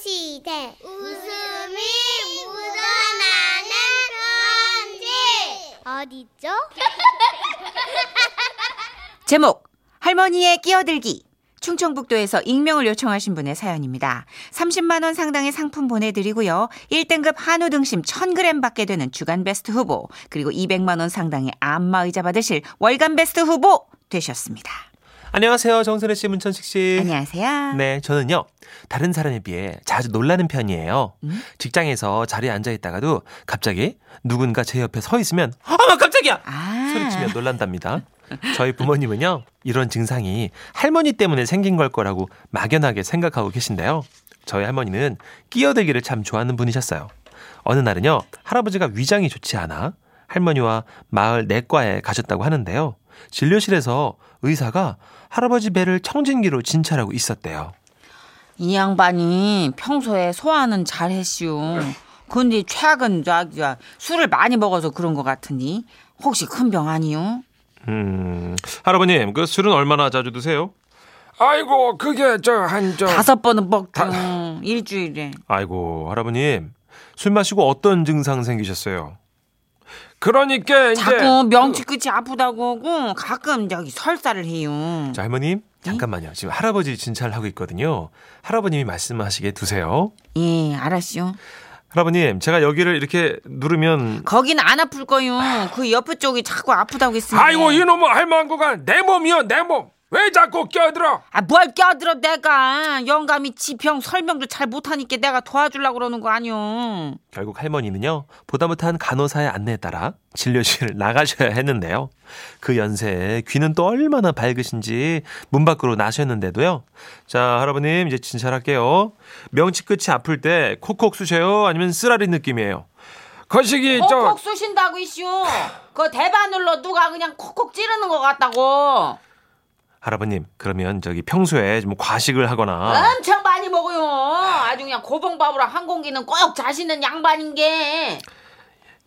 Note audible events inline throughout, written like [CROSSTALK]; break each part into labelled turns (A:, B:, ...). A: 시대 웃음이 묻어나는 편지 어디죠?
B: 제목 할머니의 끼어들기 충청북도에서 익명을 요청하신 분의 사연입니다. 30만 원 상당의 상품 보내드리고요. 1등급 한우 등심 1000g 받게 되는 주간베스트 후보 그리고 200만 원 상당의 안마의자 받으실 월간베스트 후보 되셨습니다.
C: 안녕하세요. 정선혜 씨, 문천식 씨.
B: 안녕하세요.
C: 네, 저는요. 다른 사람에 비해 자주 놀라는 편이에요.
B: 음?
C: 직장에서 자리에 앉아 있다가도 갑자기 누군가 제 옆에 서 있으면 어머 깜짝이야!
B: 아.
C: 소리치며 놀란답니다. 저희 부모님은요. 이런 증상이 할머니 때문에 생긴 걸 거라고 막연하게 생각하고 계신데요. 저희 할머니는 끼어들기를 참 좋아하는 분이셨어요. 어느 날은요. 할아버지가 위장이 좋지 않아 할머니와 마을 내과에 가셨다고 하는데요. 진료실에서 의사가 할아버지 배를 청진기로 진찰하고 있었대요.
B: 이 양반이 평소에 소화는 잘 했슈.
C: 네.
B: 근데 최근 저, 저, 술을 많이 먹어서 그런 것 같으니 혹시 큰 병 아니요?
C: 음, 할아버님, 그 술은 얼마나 자주 드세요?
D: 아이고 그게 저 한저
B: 다섯 번은 먹죠 일주일에.
C: 아이고, 할아버님, 술 마시고 어떤 증상 생기셨어요?
D: 그러니까 이제 그
B: 자꾸 명치 끝이 아프다고 하고 가끔 저기 설사를 해요.
C: 자, 할머님, 잠깐만요. 지금 할아버지 진찰하고 있거든요. 할아버님이 말씀하시게 두세요.
B: 예, 알았슈.
C: 할아버님, 제가 여기를 이렇게 누르면
B: 거긴 안 아플 거요. 그 옆에 쪽이 자꾸 아프다고 했으니.
D: 아이고 이놈의 할망구가 내 몸이여 내 몸 왜 자꾸 껴들어
B: 아, 뭘 껴들어 내가 영감이 지평 설명도 잘 못하니까 내가 도와주려고 그러는 거 아니오.
C: 결국 할머니는요 보다 못한 간호사의 안내에 따라 진료실을 [LAUGHS] 나가셔야 했는데요 그 연세에 귀는 또 얼마나 밝으신지 문 밖으로 나셨는데도요 자 할아버님 이제 진찰할게요 명치 끝이 아플 때 콕콕 쑤셔요 아니면 쓰라린 느낌이에요
D: 거시기 저
B: 콕콕 쑤신다고 이슈. 그 대바늘로 누가 그냥 콕콕 찌르는 것 같다고.
C: 할아버님 그러면 저기 평소에 좀 과식을
D: 아.
C: 하거나
B: 엄청 많이 먹어요. 아주 그냥 고봉밥으로 한 공기는 꼭 자시는 양반인 게.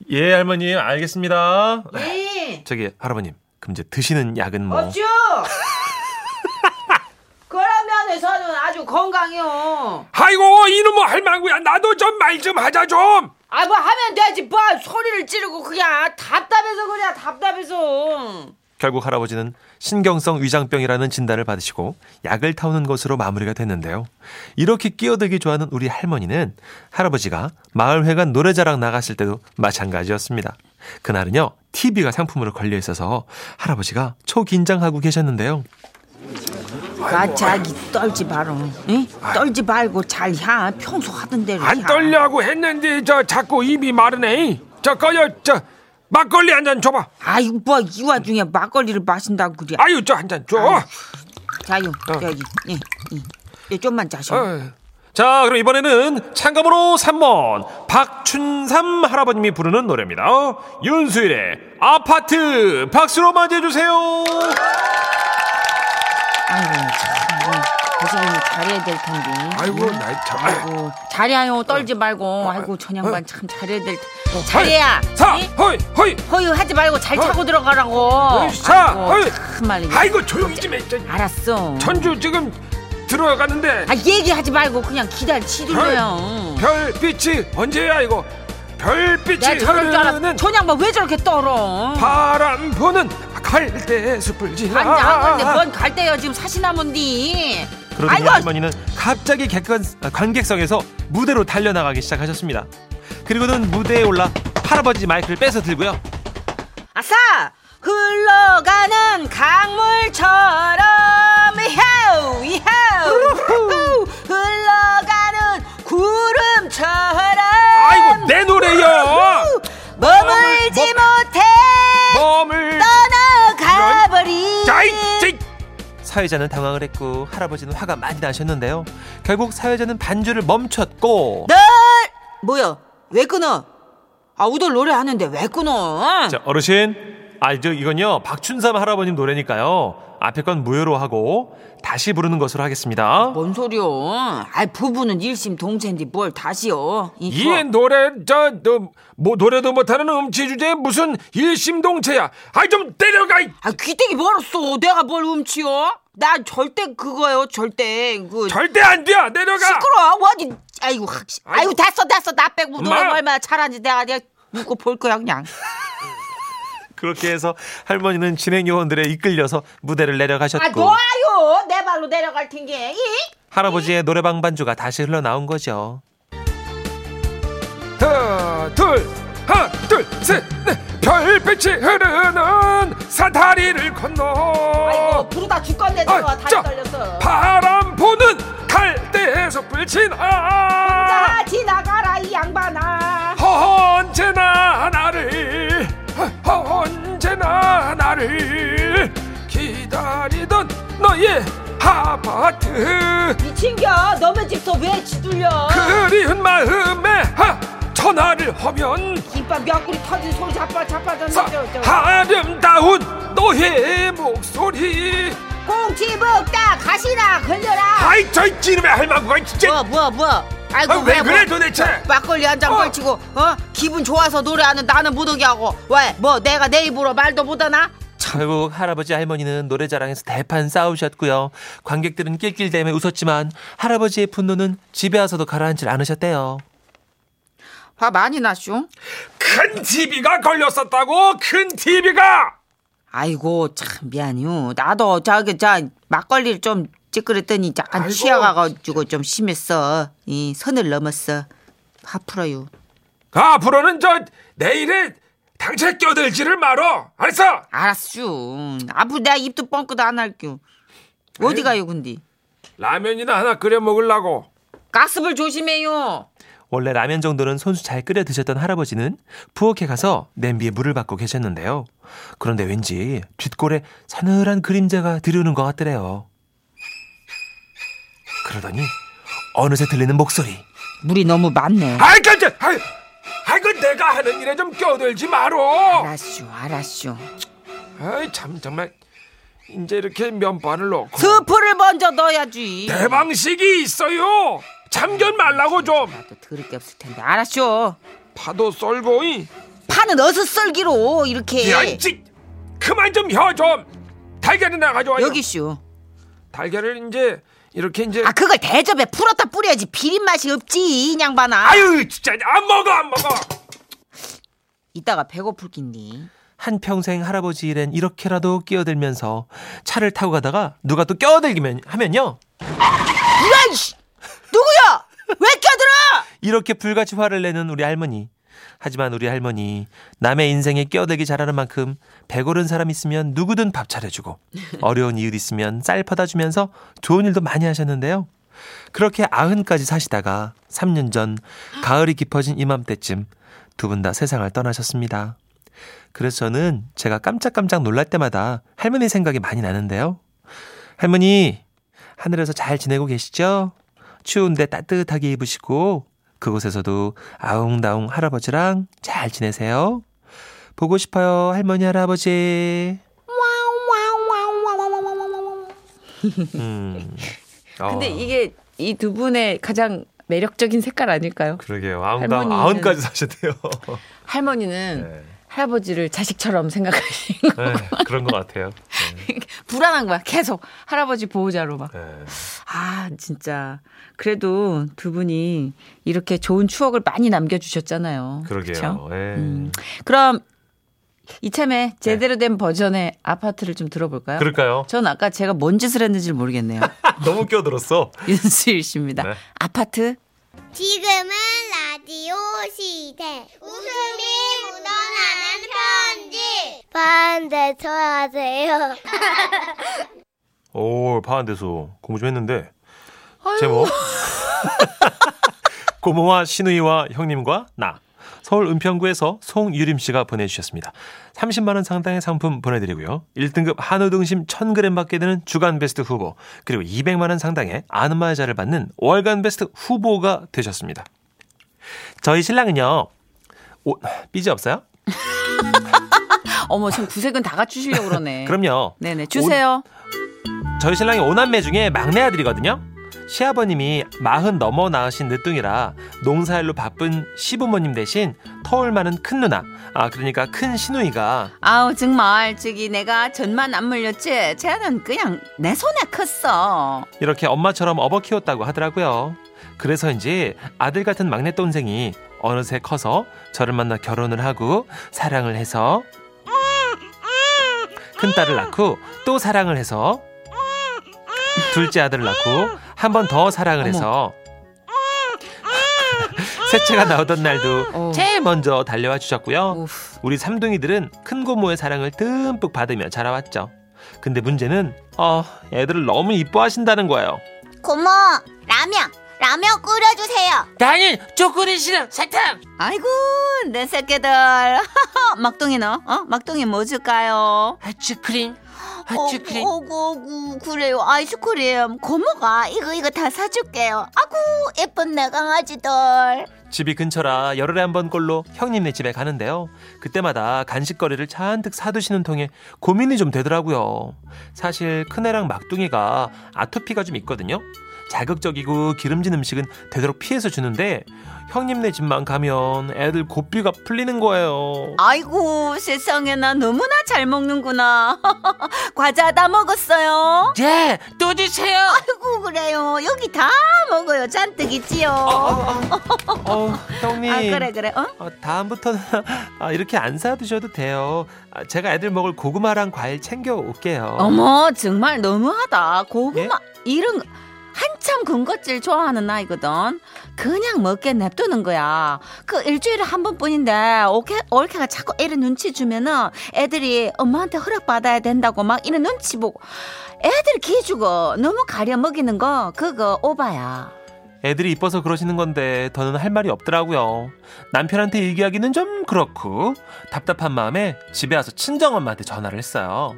C: 예 할머님 알겠습니다
D: 네.
B: 예.
C: 저기 할아버님 그럼 이제 드시는 약은 뭐 [LAUGHS]
B: 없죠. 그런 면에서는 아주 건강해요.
D: 아이고 이놈의 할망구야 나도 좀 말 좀 하자 좀
B: 아 뭐 하면 되지 뭐 소리를 지르고 그냥 답답해서 그냥 답답해서.
C: 결국 할아버지는 신경성 위장병이라는 진단을 받으시고 약을 타오는 것으로 마무리가 됐는데요. 이렇게 끼어들기 좋아하는 우리 할머니는 할아버지가 마을회관 노래자랑 나갔을 때도 마찬가지였습니다. 그날은요, TV가 상품으로 걸려 있어서 할아버지가 초긴장하고 계셨는데요.
B: 아, 가자기 떨지 말어. 응? 떨지 말고 잘 해. 평소 하던 대로.
D: 안 떨려고 했는데 저 자꾸 입이 마르네 저 거여 저 막걸리 한 잔 줘봐
B: 아이고 뭐이 와중에 막걸리를 마신다고 그래.
D: 아유 저 한 잔 줘
B: 아유. 자유 여기 예, 예. 예, 좀만 자셔.
D: 어.
C: 자, 그럼 이번에는 창감으로 3번 박춘삼 할아버님이 부르는 노래입니다. 윤수일의 아파트 박수로 맞이해주세요.
B: 아이고 참, 고생이 잘해야 될 텐데.
D: 아이고 나참
B: 아이고 잘해요 떨지 말고. 아이고 전양반 참 잘해야 될. 텐데. 잘해야.
D: 사
B: 예?
D: 허이 허이
B: 허유하지 말고 잘 차고 들어가라고.
D: 으쌰,
B: 아이고
D: 어이.
B: 참말 이게.
D: 아이고 조용히 좀 해. 저
B: 알았어.
D: 전주 지금 들어가는데
B: 아 얘기하지 말고 그냥 기다려 치둘러요.
D: 별빛이 언제야 이거
B: 내가
D: 별빛이
B: 저럴 줄
D: 흐르는
B: 알았어. 전양반 왜 저렇게 떨어?
D: 바람 부는 갈대 숲을 지나
B: 아니 안 건데 뭔 갈대요 지금 사시나문디.
C: 그러더니 할머니는 갑자기 객관, 아, 관객석에서 무대로 달려나가기 시작하셨습니다. 그리고는 무대에 올라 할아버지 마이크를 뺏어 들고요.
B: 아싸! 흘러가는 강물처럼 이하우 이하우 흘러가는 구름처럼
D: 아이고 내 노래야
B: 머물지 못해
D: 몸을
B: 떠나가버린
D: 짜이 짜이
C: 사회자는 당황을 했고 할아버지는 화가 많이 나셨는데요. 결국 사회자는 반주를 멈췄고
B: 널 뭐야 왜 끊어 아 우들 노래하는데 왜 끊어
C: 자, 어르신 아 저 이건요 박춘삼 할아버님 노래니까요 앞에 건 무효로 하고 다시 부르는 것으로 하겠습니다.
B: 뭔 소리요 아 부부는 일심 동체인데 뭘 다시요 이
D: 이
B: 좋아.
D: 노래 저뭐 노래도 못하는 음치 주제에 무슨 일심동체야 아이 좀 때려가 이.
B: 아 귀때기 멀었어 내가 뭘 훔치요 나 절대 그거요 절대 그
D: 절대 안 돼. 내려가
B: 시끄러워 어디 아이고, 확, 아이고, 됐어, 됐어. 나 빼고
D: 엄마!
B: 너는 얼마나 잘하는지 내가 그냥 묻고 볼 거야, 그냥.
C: 그렇게 해서 할머니는 진행 요원들에 이끌려서 무대를 내려가셨고
B: 아, 놓아요! 내 발로 내려갈 텐게. 이?
C: 할아버지의 노래방 반주가 다시 흘러나온 거죠.
D: 하나 둘 하나 둘셋넷 별빛이 흐르는 사다리를 건너
B: 아이고, 부르다 죽겠네, 내가 다리
D: 어. 아짜
B: 떨려서.
D: 바람 부는 갈대에서 불친아
B: 나 지나가라, 이 양반아.
D: 언제나 나를 언제나 나를 기다리던 너의 아파트
B: 미친겨, 너네 집서 왜 지둘려?
D: 그리운 마음에 하, 전화를 하면
B: 김밥 명구리 터진 소리 자빠, 자빠졌네.
D: 사,
B: 저, 저.
D: 아름다운 너의 목소리
B: 공치북다 가시나 걸려라.
D: 아이 저이 찌름의 할망구가
B: 뭐
D: 진짜
B: 뭐 뭐. 아이고
D: 아, 왜
B: 뭐,
D: 그래 도대체?
B: 막걸리 한 잔
D: 어.
B: 걸치고 어 기분 좋아서 노래하는 나는 못오게 하고 왜 뭐 내가 내 입으로 말도 못하나?
C: 결국 할아버지 할머니는 노래자랑에서 대판 싸우셨고요. 관객들은 낄낄대며 웃었지만 할아버지의 분노는 집에 와서도 가라앉질 않으셨대요.
B: 화 많이 났쇼.
D: 큰 TV가 걸렸었다고 큰 TV가
B: 아이고 참 미안해요. 나도 저기 저 막걸리를 좀 찌그랬더니 약간
D: 아이고.
B: 취해가가지고 좀 심했어. 이 선을 넘었어. 화 풀어요.
D: 그 앞으로는 저 내일에 당최 껴들지를 말어 알았어
B: 알았슈. 앞으로 내가 입도 뻥끗 안 할게요. 어디 가요 근데?
D: 라면이나 하나 끓여 먹으려고
B: 가스불 조심해요.
C: 원래 라면 정도는 손수 잘 끓여 드셨던 할아버지는 부엌에 가서 냄비에 물을 받고 계셨는데요. 그런데 왠지 뒷골에 서늘한 그림자가 들이오는 것 같더래요. 그러더니 어느새 들리는 목소리.
B: 물이 너무 많네.
D: 아이 깜짝 아이 아이 그 내가 하는 일에 좀 껴들지 말어
B: 알았슈, 알았슈.
D: 아이 참 정말 이제 이렇게 면발을 넣고
B: 스프를 먼저 넣어야지.
D: 내 방식이 있어요. 참견 말라고 좀
B: 또 더럽게 없을 텐데. 알았슈.
D: 파도 썰고 이.
B: 파는 어슷 썰기로 이렇게.
D: 야,
E: 예.
D: 이 그만 좀 혀 좀. 달걀이나 가져와요.
B: 여기슈.
D: 달걀을 이제 이렇게 이제
B: 아 그걸 대접에 풀었다 뿌려야지 비린 맛이 없지 이 양반아.
D: 아유 진짜 안 먹어 안 먹어.
B: 이따가 배고플 낀디.
C: 한평생 할아버지 일엔 이렇게라도 끼어들면서 차를 타고 가다가 누가 또 끼어들기면 하면요.
B: 이라이씨 누구야? 왜 껴들어?
C: 이렇게 불같이 화를 내는 우리 할머니. 하지만 우리 할머니 남의 인생에 끼어들기 잘하는 만큼 배고른 사람 있으면 누구든 밥 차려주고 어려운 이웃 있으면 쌀 퍼다 주면서 좋은 일도 많이 하셨는데요. 그렇게 아흔까지 사시다가 3년 전 가을이 깊어진 이맘때쯤 두 분 다 세상을 떠나셨습니다. 그래서 저는 제가 깜짝깜짝 놀랄 때마다 할머니 생각이 많이 나는데요. 할머니, 하늘에서 잘 지내고 계시죠? 추운데 따뜻하게 입으시고, 그곳에서도 아웅다웅 할아버지랑 잘 지내세요. 보고 싶어요, 할머니, 할아버지. 음, 어,
E: 근데 이게 이 두 분의 가장 매력적인 색깔 아닐까요?
C: 그러게요. 아웅다웅
E: 할머니는-
C: 아흔까지 사셨대요.
E: 할머니는
C: 네.
E: 할아버지를 자식처럼 생각하시는 거.
C: 네, 그런 것 같아요.
E: [LAUGHS] 불안한 거야. 계속 할아버지 보호자로 막.
C: 네.
E: 아, 진짜. 그래도 두 분이 이렇게 좋은 추억을 많이 남겨주셨잖아요. 그쵸?
C: 그러게요. 예.
E: 음. 그럼 이참에 제대로 된 버전의 아파트를 좀
C: 네.
E: 들어볼까요?
C: 그럴까요?
E: 전 아까 제가 뭔 짓을 했는지
C: [LAUGHS]
E: 모르겠네요.
C: 너무 끼어들었어.
E: 윤수일 씨입니다.
C: 네.
E: 아파트
A: 지금은 라디오 시대. 웃음이 묻어나는 편지. 반대쳐 하세요.
C: 오, 파한대소 공부 좀 했는데. 제목. [LAUGHS] 고모와 시누이와 형님과 나. 서울 은평구에서 송유림 씨가 보내주셨습니다. 30만 원 상당의 상품 보내드리고요. 1등급 한우 등심 1,000g 받게 되는 주간 베스트 후보 그리고 200만 원 상당의 아누마자를 받는 월간 베스트 후보가 되셨습니다. 저희 신랑은요. 오, 삐지 없어요?
E: 어머, 참 구색은 다 갖추시려고 그러네.
C: [LAUGHS] 그럼요.
E: 네네, 주세요.
C: 저희 신랑이 오남매 중에 막내 아들이거든요. 시아버님이 마흔 넘어 낳으신 늦둥이라 농사일로 바쁜 시부모님 대신 터울 많은 큰 누나, 아 그러니까 큰 시누이가
E: 아우 정말 저기 내가 전만 안 물렸지 쟤는 그냥 내 손에 컸어
C: 이렇게 엄마처럼 업어 키웠다고 하더라고요. 그래서인지 아들 같은 막내 동생이 어느새 커서 저를 만나 결혼을 하고 사랑을 해서 큰 딸을 낳고 또 사랑을 해서 둘째 아들을 낳고 한 번 더 사랑을 해서 [LAUGHS] 셋째가 나오던 날도
E: 어.
C: 제일 먼저 달려와 주셨고요.
E: 우후.
C: 우리 삼둥이들은 큰 고모의 사랑을 듬뿍 받으며 자라왔죠. 근데 문제는 어, 애들을 너무 이뻐하신다는 거예요.
A: 고모 라면 라면 끓여주세요.
F: 나는 초콜릿 싫어 사탕
E: 아이고 내 새끼들 [LAUGHS] 막둥이 너 어? 막둥이 뭐 줄까요?
F: 아츠크림
E: 어,
F: 아츠크림
E: 어구 어구 그래요 아이스크림 고모가 이거 이거 다 사줄게요 아구 예쁜 내 강아지들
C: 집이 근처라 열흘에 한 번꼴로 형님네 집에 가는데요. 그때마다 간식거리를 잔뜩 사두시는 통에 고민이 좀 되더라고요. 사실 큰애랑 막둥이가 아토피가 좀 있거든요. 자극적이고 기름진 음식은 되도록 피해서 주는데 형님네 집만 가면 애들 고삐가 풀리는 거예요.
E: 아이고 세상에 나 너무나 잘 먹는구나 [LAUGHS] 과자 다 먹었어요
C: 예,
F: 네또 드세요
E: 아이고 그래요 여기 다 먹어요 잔뜩 있지요
C: 어, 어, 어, 어, 형님.
E: 아 그래 그래 어?
C: 어, 다음부터는 [LAUGHS] 아, 이렇게 안 사드셔도 돼요. 아, 제가 애들 먹을 고구마랑 과일 챙겨 올게요.
E: 어머 정말 너무하다 고구마
C: 예?
E: 이런 거 한참 군것질 좋아하는 아이거든 그냥 먹게 냅두는 거야 그 일주일에 한 번뿐인데 올케, 올케가 자꾸 애를 눈치 주면은 애들이 엄마한테 허락받아야 된다고 막 이런 눈치 보고 애들 기죽어 너무 가려 먹이는 거 그거 오바야
C: 애들이 이뻐서 그러시는 건데 더는 할 말이 없더라고요. 남편한테 얘기하기는 좀 그렇고 답답한 마음에 집에 와서 친정엄마한테 전화를 했어요.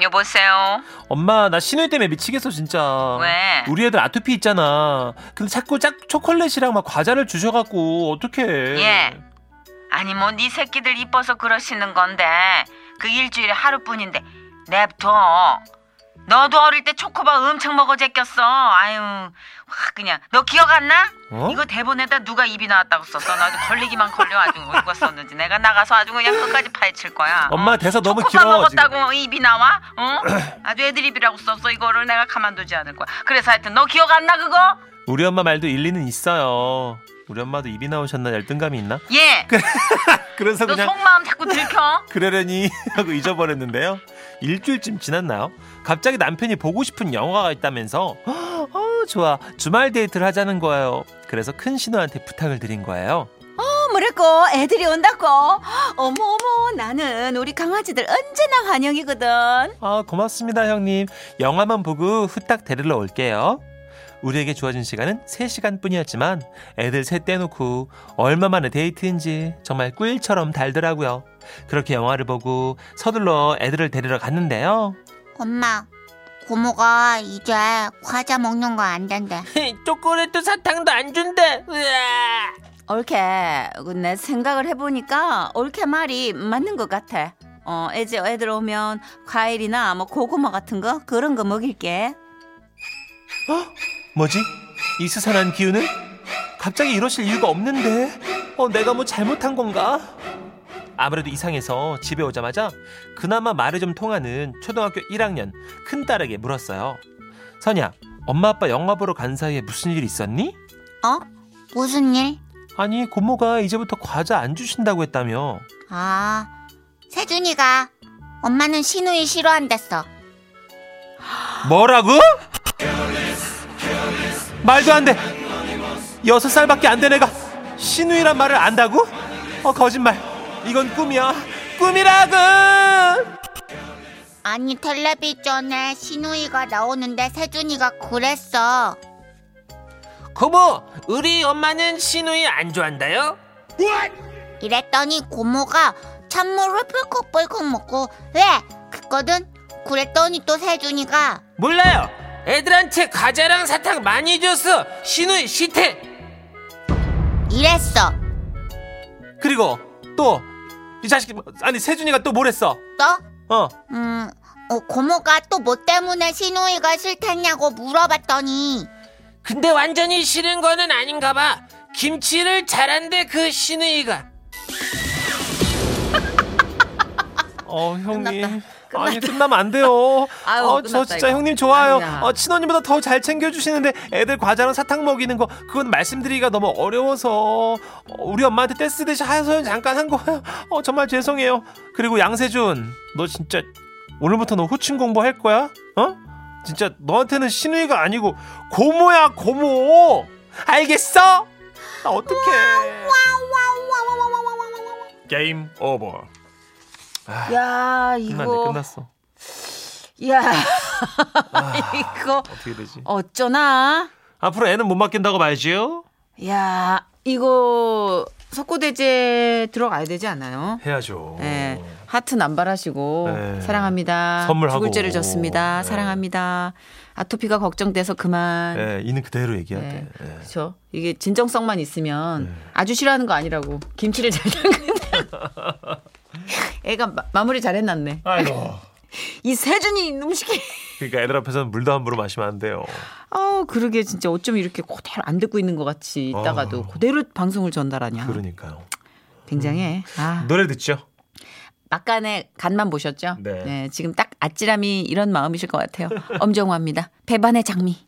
E: 여보세요
C: 엄마 나 신우이 때문에 미치겠어 진짜.
E: 왜?
C: 우리 애들 아토피 있잖아. 근데 자꾸 짝 초콜릿이랑 막 과자를 주셔갖고 어떡해.
E: 예. 아니 뭐 네 새끼들 이뻐서 그러시는 건데 그 일주일에 하루뿐인데 냅둬 너도 어릴 때 초코바 엄청 먹어 제꼈어 아유 확 그냥 너 기억 안 나?
C: 어?
E: 이거 대본에다 누가 입이 나왔다고 썼어 나 아주 걸리기만 걸려 아주 누가 썼는지 내가 나가서 아주 그냥 끝까지 파헤칠 거야
C: 엄마 대사 너무
E: 음, 초코바
C: 길어 지금.
E: 먹었다고 입이 나와? 어? [CLEARS THROAT] 아주 애들 입이라고 썼어 이거를 내가 가만두지 않을 거야 그래서 하여튼 너 기억 안 나 그거?
C: 우리 엄마 말도 일리는 있어요. 우리 엄마도 입이 나오셨나 열등감이 있나? [LAUGHS]
E: 예!
C: 그래서
E: 너
C: 그냥
E: 속마음 자꾸 들켜
C: [LAUGHS] 그러려니 하고 잊어버렸는데요. 일주일쯤 지났나요? 갑자기 남편이 보고 싶은 영화가 있다면서 [GASPS] 어 좋아 주말 데이트를 하자는 거예요. 그래서 큰 신우한테 부탁을 드린 거예요.
E: 뭐랬고 애들이 온다고 어머 어머 나는 우리 강아지들 언제나 환영이거든
C: 아 고맙습니다 형님. 영화만 보고 후딱 데리러 올게요. 우리에게 주어진 시간은 3시간뿐이었지만 애들 셋 떼놓고 얼마 만에 데이트인지 정말 꿀처럼 달더라고요. 그렇게 영화를 보고 서둘러 애들을 데리러 갔는데요.
A: 엄마 고모가 이제 과자 먹는 거 안 된대.
F: [LAUGHS] 초콜릿도 사탕도 안 준대 으아.
E: 올케 그 내 생각을 해보니까 올케 말이 맞는 것 같아 어 이제 애들 오면 과일이나 뭐 고구마 같은 거 그런 거 먹일게
C: 어? 뭐지? 이 스산한 기운은? 갑자기 이러실 이유가 없는데 어, 내가 뭐 잘못한 건가? 아무래도 이상해서 집에 오자마자 그나마 말이 좀 통하는 초등학교 1학년 큰딸에게 물었어요 선야 엄마 아빠 영화 보러 간 사이에 무슨 일 있었니?
A: 어? 무슨 일?
C: 아니 고모가 이제부터 과자 안 주신다고 했다며
A: 아 세준이가 엄마는 신우이 싫어한댔어.
C: 뭐라고? 말도 안 돼. 여섯 살밖에 안 된 애가 신우이란 말을 안다고? 어 거짓말. 이건 꿈이야. 꿈이라고.
A: 아니 텔레비전에 신우이가 나오는데 세준이가 그랬어.
F: 고모 우리 엄마는 시누이 안 좋아한다요
A: 이랬더니 고모가 찬물을 뿔컥뿔컥 먹고 왜? 그거든? 그랬더니 또 세준이가
F: 몰라요 애들한테 과자랑 사탕 많이 줬어 시누이 싫대
A: 이랬어.
C: 그리고 또 이 자식 아니 세준이가 또 뭐랬어?
A: 또?
C: 어
A: 음, 어, 고모가 또 뭐 때문에 신우이가 싫댔냐고 물어봤더니
F: 근데 완전히 싫은 거는 아닌가 봐. 김치를 잘한대 그 시누이가.
C: 어 형님 아니 끝나면 안 돼요.
E: [LAUGHS] 아유,
C: 어,
E: 끝났다,
C: 저 진짜
E: 이거.
C: 형님 좋아요.
E: 아니야.
C: 어, 친언니보다 더 잘 챙겨주시는데 애들 과자랑 사탕 먹이는 거 그건 말씀드리기가 너무 어려워서 어, 우리 엄마한테 떼쓰 듯이 하소연 잠깐 한 거예요. [LAUGHS] 어 정말 죄송해요. 그리고 양세준 너 진짜 오늘부터 너 호칭 공부할 거야? 어? 진짜 너한테는 신우이가 아니고 고모야 고모. 알겠어? 나 어떡해.
D: 게임 오버.
E: 야
C: 끝났네
E: 이거
C: 끝났어.
E: 야 [LAUGHS] 이거
C: 어떻게 되지?
E: 어쩌나
C: 앞으로 애는 못 맡긴다고 말지요?
E: 야 이거 석고대제 들어가야 되지 않아요?
C: 해야죠.
E: 예. 하트 남발하시고
C: 어. 네.
E: 사랑합니다.
C: 선물하고.
E: 죽을죄를 졌습니다.
C: 네.
E: 사랑합니다. 아토피가 걱정돼서 그만.
C: 예, 이는 그대로 얘기해야
E: 네.
C: 돼. 예.
E: 그렇죠. 이게 진정성만 있으면
C: 네.
E: 아주 싫어하는 거 아니라고 김치를 잘 담근다. [LAUGHS] 애가 마, 마무리 잘 해놨네.
C: 아이고.
E: 이 세준이 이놈 시키.
C: 그러니까 애들 앞에서는 물도 함부로 마시면 안 돼요.
E: 아 그러게 진짜 어쩜 이렇게 그대로 안 듣고 있는 것 같이 있다가도
C: 어.
E: 그대로 방송을 전달하냐.
C: 그러니까요.
E: 굉장해. 아
C: 노래 듣죠?
E: 막간에 간만 보셨죠?
C: 네.
E: 지금 딱 아찔함이 이런 마음이실 것 같아요. 엄정화입니다. 배반의 장미.